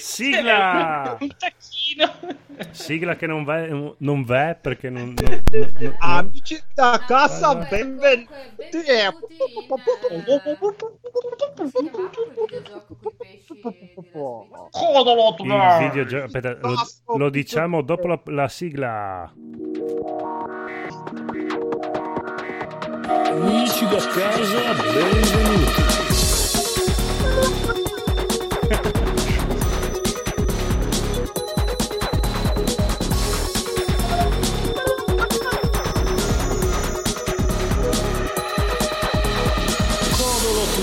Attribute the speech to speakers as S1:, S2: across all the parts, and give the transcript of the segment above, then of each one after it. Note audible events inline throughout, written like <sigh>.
S1: Sigla!
S2: <laughs>
S3: un tacchino.
S1: Sigla che non v'è, non v'è
S3: <laughs>
S1: perché non... non- non- non-
S4: Amici da casa,
S1: Comunque,
S4: benvenuti.
S2: benvenuti Si chiamava quel videogioco con i pesci della Switch?
S3: Codolo, tu
S1: Il videogio- aspetta, lo,
S4: Basta,
S1: lo diciamo dopo la, la sigla.
S5: Amici da casa, benvenuti.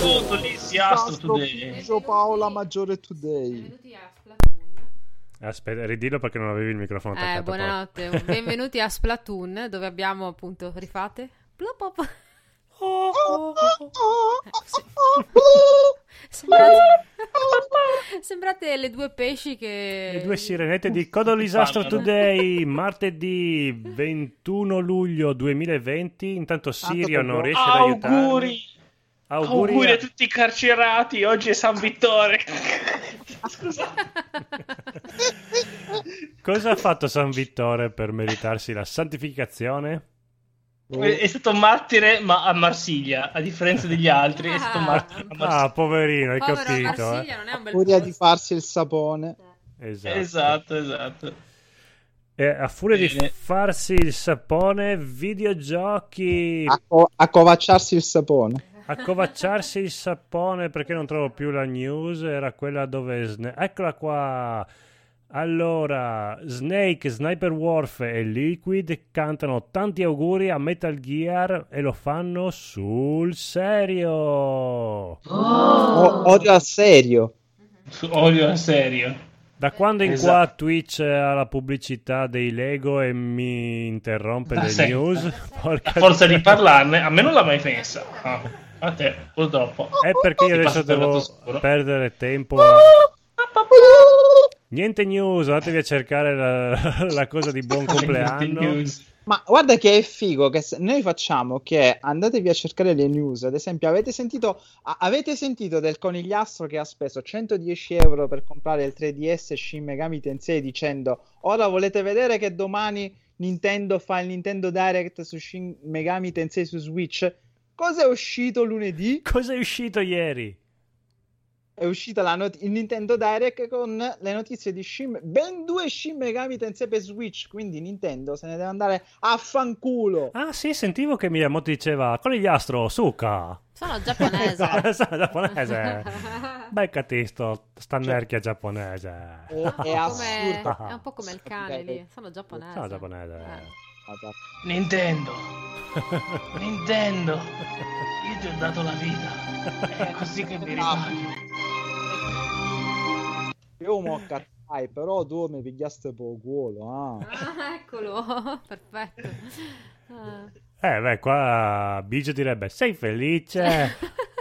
S3: Codolo, lì si astro today.
S4: Gio Paola Maggiore Today.
S2: Benvenuti a Splatoon.
S1: Aspetta, ridillo perché non avevi il microfono attaccato.
S2: Eh, buonanotte,
S1: Paolo.
S2: benvenuti a Splatoon dove abbiamo appunto rifate. Plop, plop. Sembrate... Sembrate le due pesci che
S1: <laughs> Le due
S2: <laughs>
S1: sirenette di Codolisastro Today, martedì 21 luglio 2020. Intanto Sirio non riesce ad aiutare.
S3: Auguri. Auguri, a tutti i carcerati. Oggi è San Vittore. Scusa.
S1: <laughs> Cosa ha fatto San Vittore per meritarsi la santificazione?
S3: È stato martire, ma a Marsiglia, a differenza degli altri, è stato
S2: Ah.
S3: martire a Marsiglia.
S1: Ah, poverino, hai
S2: Povero
S1: capito. eh.
S2: Marsiglia, non è un bel
S4: Furia di
S2: posto.
S4: farsi il sapone.
S1: Esatto.
S3: Esatto, esatto.
S1: E a furia di
S3: Bene.
S1: farsi il sapone, videogiochi,
S4: A, co- a covacciarsi il sapone.
S1: accovacciarsi il sapone perché non trovo più la news, era quella dove... Sna- Eccola qua! Allora, Snake, Sniper Warfare e Liquid cantano tanti auguri a Metal Gear e lo fanno sul serio!
S4: O- odio al serio.
S3: Odio, in serio.
S1: Da quando in
S3: Esatto.
S1: qua Twitch ha la pubblicità dei Lego e mi interrompe
S3: Ah,
S1: le
S3: <laughs> sì.
S1: news? <laughs> Porca
S3: A forza di
S1: miseria.
S3: parlarne, a me non l'ha mai pensa. Ah, a te, purtroppo.
S1: È perché io
S3: Ti
S1: adesso
S3: passo per lato
S1: devo
S3: scuro.
S1: perdere tempo. Niente news, andatevi a cercare la, <laughs> la cosa di
S3: <laughs>
S1: buon compleanno.
S3: News.
S4: Ma guarda che è figo che se- noi facciamo che andatevi a cercare le news. Ad esempio, avete sentito, a- avete sentito del conigliastro che ha speso 110 euro per comprare il 3DS Shin Megami Tensei dicendo ora volete vedere che domani Nintendo fa il Nintendo Direct su Shin Megami Tensei su Switch? Cosa è uscito lunedì?
S1: Cosa è uscito ieri?
S4: È uscita la not- il Nintendo Direct con le notizie di Shin, ben due Shin Megami Tensei per Switch, quindi Nintendo se ne deve andare a fanculo.
S1: Ah sì, sentivo che Miyamoto diceva conigliastro, suca.
S2: Sono
S1: <laughs>
S2: giapponese.
S1: Sono
S2: <laughs>
S1: giapponese. Beccati sto, sta nerchia giapponese.
S4: È- è
S2: Come-
S4: assurdo.
S2: è un po' come il cane lì. Sono giapponese. Eh.
S1: Sono giapponese.
S3: Nintendo, Nintendo, io ti ho dato la vita. È così che mi ripaghi.
S4: Io mo cattai, però tu mi pigliaste poco culo. Ah.
S2: Ah, eccolo, <laughs> perfetto. Ah,
S1: <laughs> Eh beh, qua Bigio direbbe sei felice.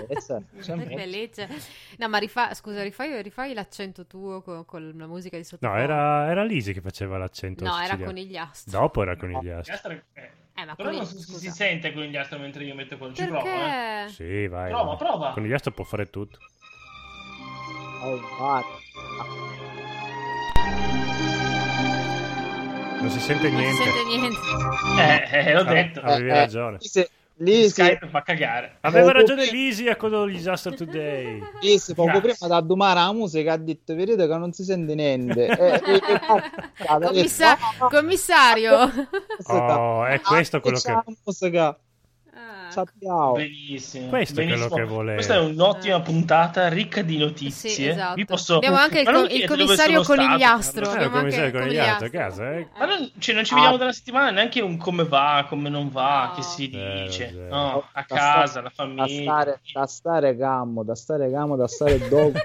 S4: Questa è
S2: è
S4: sempre-
S2: felice. No, ma rifa- scusa, rifai, rifai l'accento tuo co- con, la musica di
S1: No,
S2: sottofondo.
S1: era, era Lisi che faceva l'accento.
S2: No, era
S1: siciliano.
S2: conigliastro.
S1: Dopo era conigliastro.
S2: Eh, ma
S3: Però
S2: coni-
S3: non so se
S2: scusa.
S3: si sente con gli altri mentre io metto quello. Ci provo, eh.
S2: Perché?
S1: Sì, vai.
S3: Prova,
S1: vai.
S3: prova.
S1: Conigliastro può fare tutto.
S4: Oh, guarda.
S1: Non si sente
S2: Non si
S1: niente.
S2: sente niente.
S3: Eh, eh, l'ho
S1: Ah,
S3: detto.
S1: ah. Avevi
S4: Eh, eh,
S1: ragione.
S4: lì si- Lì si,
S3: Skype fa cagare.
S1: Aveva
S4: Oh,
S1: ragione
S4: sì.
S1: Lisi a quello di Disaster
S4: <laughs>
S1: Today.
S4: lì si poco
S3: Grazie.
S4: prima da domare la musica ha detto vedete che non si sente niente. Eh, eh,
S2: <laughs>
S4: eh, ah,
S2: Commissa-
S4: ah, ah,
S2: Commissario.
S4: musica.
S1: Oh, è questo quello che.
S4: Ciao, musica.
S2: Ah,
S4: Ciao, ciao.
S3: Benissimo.
S1: Questo è quello
S3: Benissimo.
S1: che volevo.
S3: Questa è un'ottima puntata ricca di notizie.
S2: Eh. Sì, esatto.
S3: Vi eh. posso-
S2: Abbiamo anche il,
S3: Ma non
S2: co- il
S3: chiedete dove
S2: commissario
S3: sono stato,
S2: conigliastro.
S3: non so.
S1: Eh, il
S2: Abbiamo anche
S1: commissario
S2: il
S1: conigliastro,
S2: conigliastro.
S1: a casa, eh.
S3: Ma non, cioè, non ci vediamo da una settimana neanche un come va, come non va,
S2: No.
S3: che si
S1: Eh,
S3: dice.
S1: Rogelio.
S3: no, a
S4: Da
S3: casa,
S4: stare-
S3: la
S4: Da
S3: famiglia.
S4: stare, da stare gammo, da stare gammo, da stare
S1: <laughs>
S4: dopo,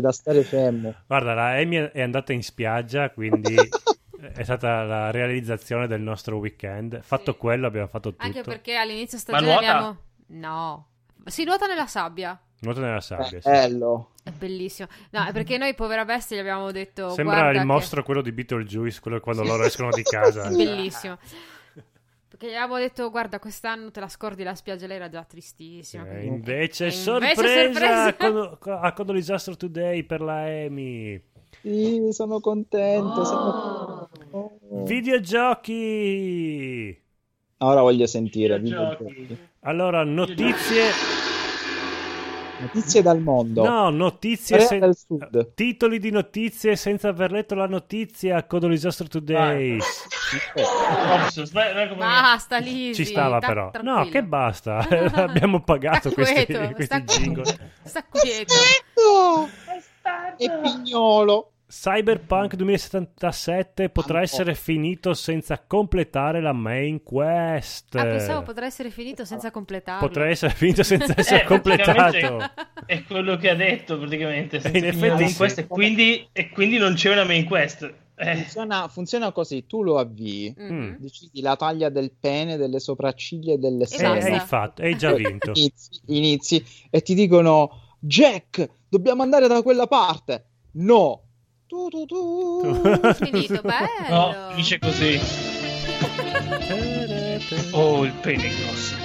S4: da stare fermo.
S1: <laughs> Guarda, la Amy è andata in spiaggia, quindi è stata la realizzazione del nostro weekend. Fatto
S2: Sì.
S1: quello, abbiamo fatto tutto.
S2: Anche perché all'inizio stagione
S3: Ma nuota?
S2: abbiamo... No. Si nuota nella sabbia.
S1: Nuoto nella sabbia. sì.
S4: Bello.
S2: È bellissimo. No, è perché noi, povera bestia, gli abbiamo detto.
S1: Sembra
S2: "Guarda
S1: il
S2: che-"
S1: mostro quello di Beetlejuice, quello quando loro escono di casa.
S2: <laughs> Bellissimo. Perché gli abbiamo detto, guarda, quest'anno te la scordi la spiaggia. Lei era già tristissima.
S1: Eh,
S2: quindi-
S1: invece,
S2: invece
S1: sorpresa,
S2: sorpresa.
S1: a Codo- a Codolisastro Today per la Amy.
S4: Sì, sono contento. sono-
S2: Oh.
S4: oh.
S1: Videogiochi!
S4: Ora voglio sentire. videogiochi.
S3: Videogiochi.
S4: certo.
S1: Allora, notizie...
S4: Notizie dal mondo.
S1: No, notizie...
S4: Corea
S1: sen-
S4: del Sud.
S1: Titoli di notizie senza aver letto la notizia. Codolo Disaster Today.
S3: Vai.
S4: Eh,
S3: Ops, sbag- ecco perché.
S2: Basta lì.
S1: Ci stava però. No, che basta.
S2: <laughs>
S1: Abbiamo pagato
S2: Sta
S1: questi,
S2: quieto,
S1: questi
S2: sta
S1: jingle.
S2: Sta Ah, quieto.
S4: Aspetto! E pignolo.
S1: Cyberpunk 2077 potrà
S2: Ah,
S4: Ancora.
S2: oh.
S1: essere finito senza completare la main quest.
S2: Ah, pensavo potrà essere finito senza completarlo.
S1: Cioè, Potrà essere finito
S2: <laughs>
S1: senza essere
S3: Eh,
S1: completato.
S3: praticamente- È quello che ha detto praticamente. senza
S1: in
S3: finire la
S1: effetti
S3: main
S1: sì.
S3: quest, e, quindi, e quindi non c'è una main quest. Eh,
S4: Funziona, funziona così: tu lo avvii,
S2: Mm.
S4: decidi la taglia del pene, delle sopracciglia e delle
S1: E
S2: basta.
S1: Eh, hai fatto, hai già
S4: Poi
S1: vinto.
S4: Eh, Inizi, inizi e ti dicono: Jack, dobbiamo andare da quella parte. No. Tu, tu, tu.
S1: <laughs>
S2: Finito, bello.
S3: no, dice così. Oh, il pene è grosso.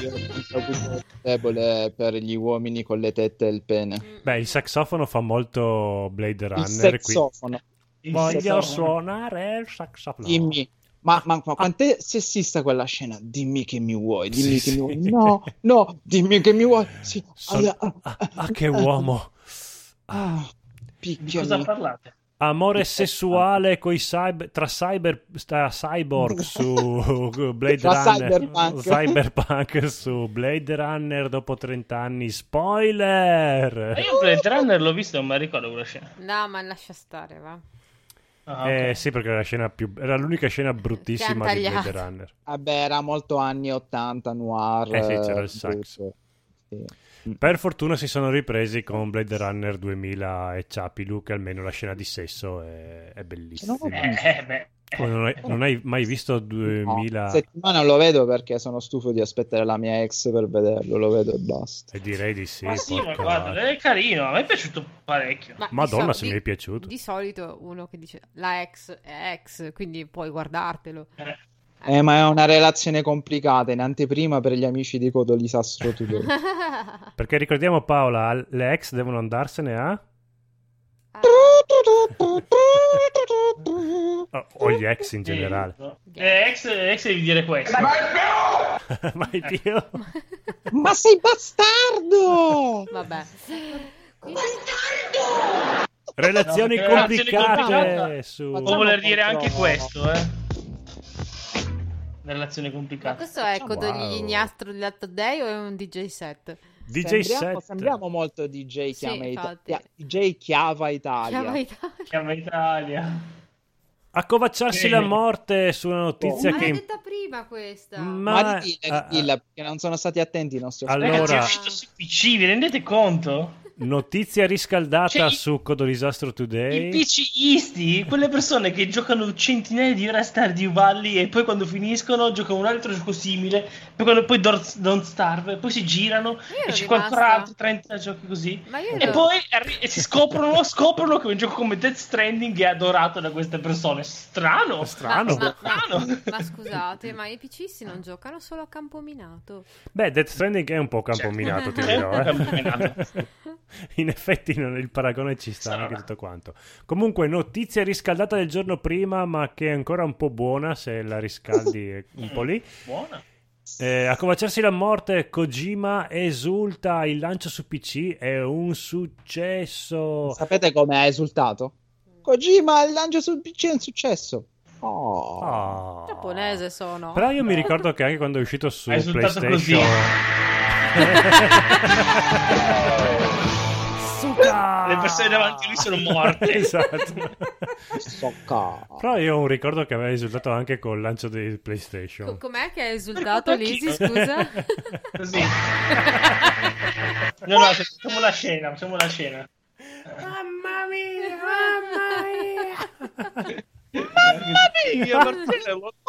S4: Io sono proprio <laughs> debole per gli uomini con le tette e il pene.
S2: Mm.
S1: Beh, il saxofono fa molto Blade
S4: Il
S1: Runner qui.
S4: sexofono.
S3: Il
S1: Voglio
S4: saxofono.
S1: suonare il saxofono.
S4: Dimmi. Ma, ma, ma quanto è sessista quella scena? Dimmi che mi vuoi, dimmi
S1: Sì,
S4: che mi
S1: sì.
S4: vuoi. No, no, dimmi che mi vuoi. Sì.
S1: Son-
S4: Allora,
S1: ah, ah, che uomo.
S4: Ah,
S3: Di cosa
S4: picchiami.
S3: parlate?
S1: Amore sessuale coi cyber, tra cyber, sta cyborg su Blade
S4: Tra
S1: Runner
S4: cyberpunk.
S1: Cyberpunk su Blade Runner dopo 30 anni
S3: Ma
S1: spoiler
S3: Eh, io Blade Runner l'ho visto, non mi ricordo quella scena.
S2: No, ma lascia stare, va.
S3: Ah, ok.
S1: eh sì perché era, la scena più, era l'unica scena bruttissima
S2: Che
S1: di
S2: hanno
S1: Blade
S2: tagliato.
S1: Runner
S4: Vabbè, era molto anni 80, noir.
S1: Eh sì, c'era il
S4: brutto.
S1: sax.
S4: Sì.
S1: per fortuna si sono ripresi con Blade Runner 2000 e Chapilu che almeno la scena di sesso è, è bellissima
S4: Non ho
S3: Eh, eh, beh.
S1: Oh, non, hai, non hai mai visto
S4: No,
S1: 2000
S4: settimana lo vedo perché sono stufo di aspettare la mia ex per vederlo, lo vedo e basta.
S1: Eh, direi di sì,
S3: ma sì, ma
S1: porca
S3: guarda,
S1: vacca.
S3: è carino, a me è piaciuto parecchio.
S2: Ma di
S1: Madonna,
S2: so-
S1: se mi è piaciuto.
S2: Di solito uno che dice la ex è ex, quindi puoi guardartelo.
S3: Eh,
S4: Eh, ma è una relazione complicata, in anteprima per gli amici di Codoli Sastro <laughs> Tudor.
S1: Perché ricordiamo Paola, al- le ex devono andarsene a...
S2: <laughs> Ah,
S1: o- o gli ex in
S3: sì, <laughs>
S1: generale.
S3: no. Eh, ex, ex devi dire questo.
S1: <laughs> Ma Dio!
S4: ma sei bastardo!
S2: <laughs> Vabbè. Quindi-
S1: Relazioni
S3: No, perché relazioni
S1: complicate
S3: complicate.
S1: su...
S3: Può
S4: Facciamo
S3: voler dire
S4: contro-
S3: anche questo, eh. Una relazione
S2: Ma
S3: complicata.
S2: questo è
S4: Wow.
S2: Codolignastro di Lato Day o è un DJ set?
S1: DJ
S4: sembriamo,
S1: 7.
S4: sembriamo molto DJ
S2: Sì,
S4: Chiama Ita-
S2: infatti.
S4: DJ Chiava Italia.
S1: <laughs>
S2: Chiama Italia.
S3: Chiama Italia.
S1: Accovacciarsi
S3: Sì. Oh.
S1: la morte su una notizia
S2: Ma l'ha
S1: che...
S2: detta prima questa.
S1: Ma-
S4: Ma eh, ridilla,
S1: Ah,
S4: ridilla, perché non sono stati attenti i nostri
S1: Allora-
S3: Ragazzi, è uscito su PC, vi rendete conto?
S1: Notizia riscaldata
S3: Cioè,
S1: su Codolizastro
S3: I
S1: Today.
S3: PCisti, quelle persone che giocano centinaia di ore a Stardew Valley e poi quando finiscono giocano un altro gioco simile, poi, quando, poi Dor- Don't Starve, e poi si girano
S2: Io ero
S3: e c'è
S2: rimasta-
S3: qualcun altro 30 giochi così.
S2: Ma io
S3: E
S2: ero-
S3: poi arri- e si scoprono, scoprono che un gioco come Death Stranding è adorato da queste persone. Strano,
S1: Strano.
S2: Ma, ma-
S3: strano.
S2: ma scusate, ma i PCisti non giocano solo a campominato.
S1: Beh, Death Stranding è un po' campominato, ti
S2: Certo.
S1: dirò.
S3: È un po' campominato.
S1: Eh. <laughs> In effetti non- il paragone ci sta
S3: Sarà.
S1: anche tutto quanto. Comunque, notizia riscaldata del giorno prima, ma che è ancora un po' buona se la riscaldi
S3: Uh-huh.
S1: un po' lì.
S3: Buona.
S1: Eh, a covacciarsi la morte, Kojima esulta, il lancio su PC è un successo.
S4: Sapete come ha esultato?
S2: Mm.
S4: Kojima, il lancio sul PC è un successo. Oh.
S1: Ah.
S2: Giapponese sono.
S1: Però io mi ricordo che anche quando è uscito su
S3: È esultato
S1: PlayStation... Suka!
S3: Le persone davanti a lui sono morte.
S1: <laughs> esatto.
S4: Socca.
S1: Però io ho un ricordo che aveva risultato anche col lancio di PlayStation.
S2: Co- com'è che hai esultato
S3: Perché-
S1: <laughs>
S2: Lisi, scusa? <laughs>
S3: Così. No, no, facciamo la scena, facciamo la scena.
S1: Mamma mia,
S3: Io Marcello.
S4: <laughs>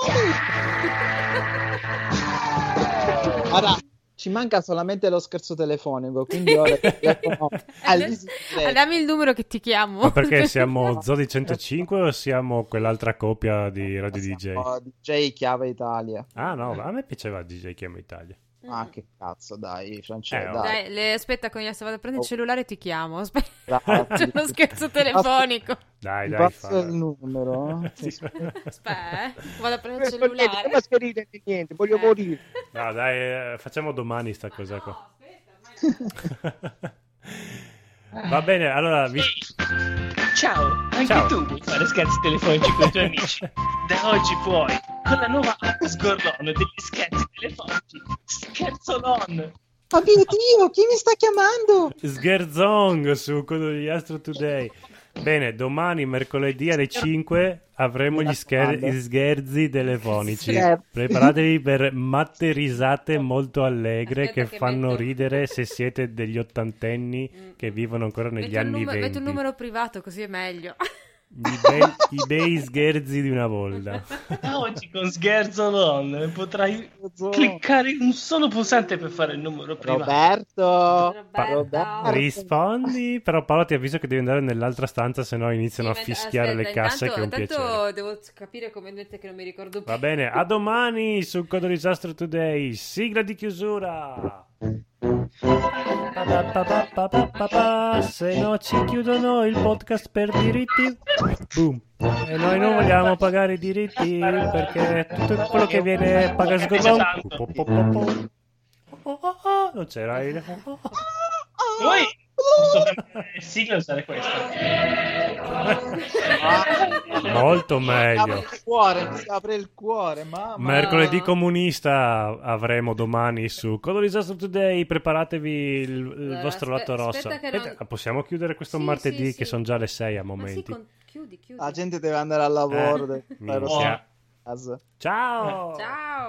S4: Ora ci manca solamente lo scherzo telefonico, quindi ora
S1: <laughs>
S4: telefono a Lisi
S2: Ah,
S4: Play.
S2: Dammi il numero che ti chiamo.
S1: Ma perché
S2: <laughs>
S1: siamo Zodi 105 o siamo quell'altra coppia di Radio DJ?
S4: Siamo DJ Chiave Italia.
S1: Ah no, a me piaceva DJ Chiama Italia.
S2: Mm.
S4: Ah, che cazzo, dai,
S1: Eh,
S4: Francesco,
S1: oh.
S4: dai.
S2: Dai, le- aspetta con gli vado a prendere il
S4: Oh.
S2: cellulare e ti chiamo. <laughs> Aspe-
S4: Dai.
S2: C'è uno scherzo telefonico.
S1: <laughs> Dai,
S4: Ti
S1: dai,
S4: passo
S1: fa.
S4: il numero?
S1: <laughs> Sì.
S2: Aspetta, eh, vado a prendere il
S4: Niente,
S2: cellulare.
S4: non mascherine, niente, voglio
S2: Eh.
S4: <laughs> morire.
S1: No, dai, eh, facciamo domani sta cosa
S2: <laughs>
S1: qua. Va bene, allora vi...
S3: Ciao, anche
S1: Ciao.
S3: tu vuoi fare scherzi telefonici con i tuoi amici? Da oggi puoi, con la nuova app Sgorlon degli scherzi telefonici. Scherzolon!
S4: Oh mio Dio, chi mi sta chiamando?
S1: Sgherzong su quello di Astro Today. Bene, domani mercoledì alle 5 avremo gli, scher- gli scherzi telefonici.
S4: Scherzi.
S1: Preparatevi per matte risate molto allegre
S2: Aspetta
S1: che,
S2: che
S1: fanno
S2: metto-
S1: ridere se siete degli ottantenni
S2: Mm.
S1: <laughs> che vivono ancora negli
S2: Metto un,
S1: anni
S2: numero, metto un
S1: 20.
S2: numero privato così è meglio.
S1: I, bei, I bei scherzi di una
S2: <laughs>
S1: volta.
S2: Certo.
S3: Da oggi con Scherzolon potrai
S4: Oh.
S3: cliccare un solo pulsante per fare il numero privato.
S4: Roberto.
S1: Pa-
S4: Roberto.
S1: Rispondi, però Paolo ti avviso che devi andare nell'altra stanza, se no
S2: <laughs>
S1: iniziano a
S2: Sì,
S1: fischiare
S2: aspetta,
S1: le casse che
S2: intanto-
S1: è un
S2: intanto
S1: piacere.
S2: devo capire come dite che non mi ricordo più.
S1: Va bene, a domani su Codolo Disastro Today, sigla di chiusura. Pa pa pa pa pa pa pa pa, Se no ci chiudono il podcast per diritti. Boom. E noi non vogliamo pagare i diritti perché tutto quello che viene paga sgobon. Po, po, po, po. Oh, oh, oh, Non c'era il... oh, oh,
S3: Noi posso cambiare il sigla e usare questo.
S1: oh. Molto
S4: Apre
S1: meglio.
S4: il cuore, mi si apre il cuore, mamma.
S1: Mercoledì comunista avremo domani su Codolo Disastro Today. Preparatevi il, il
S2: Allora,
S1: vostro
S2: aspe-
S1: lato rosso.
S2: aspetta che
S1: Aspetta,
S2: non-
S1: Possiamo chiudere questo
S2: Sì,
S1: martedì
S2: sì,
S1: che
S2: sì.
S1: sono già le 6 a
S2: Ma sì,
S1: momenti.
S2: con- chiudi, chiudi.
S4: La gente deve andare al lavoro. deve fare
S1: minchia.
S4: cose.
S1: Ciao!
S2: Ciao.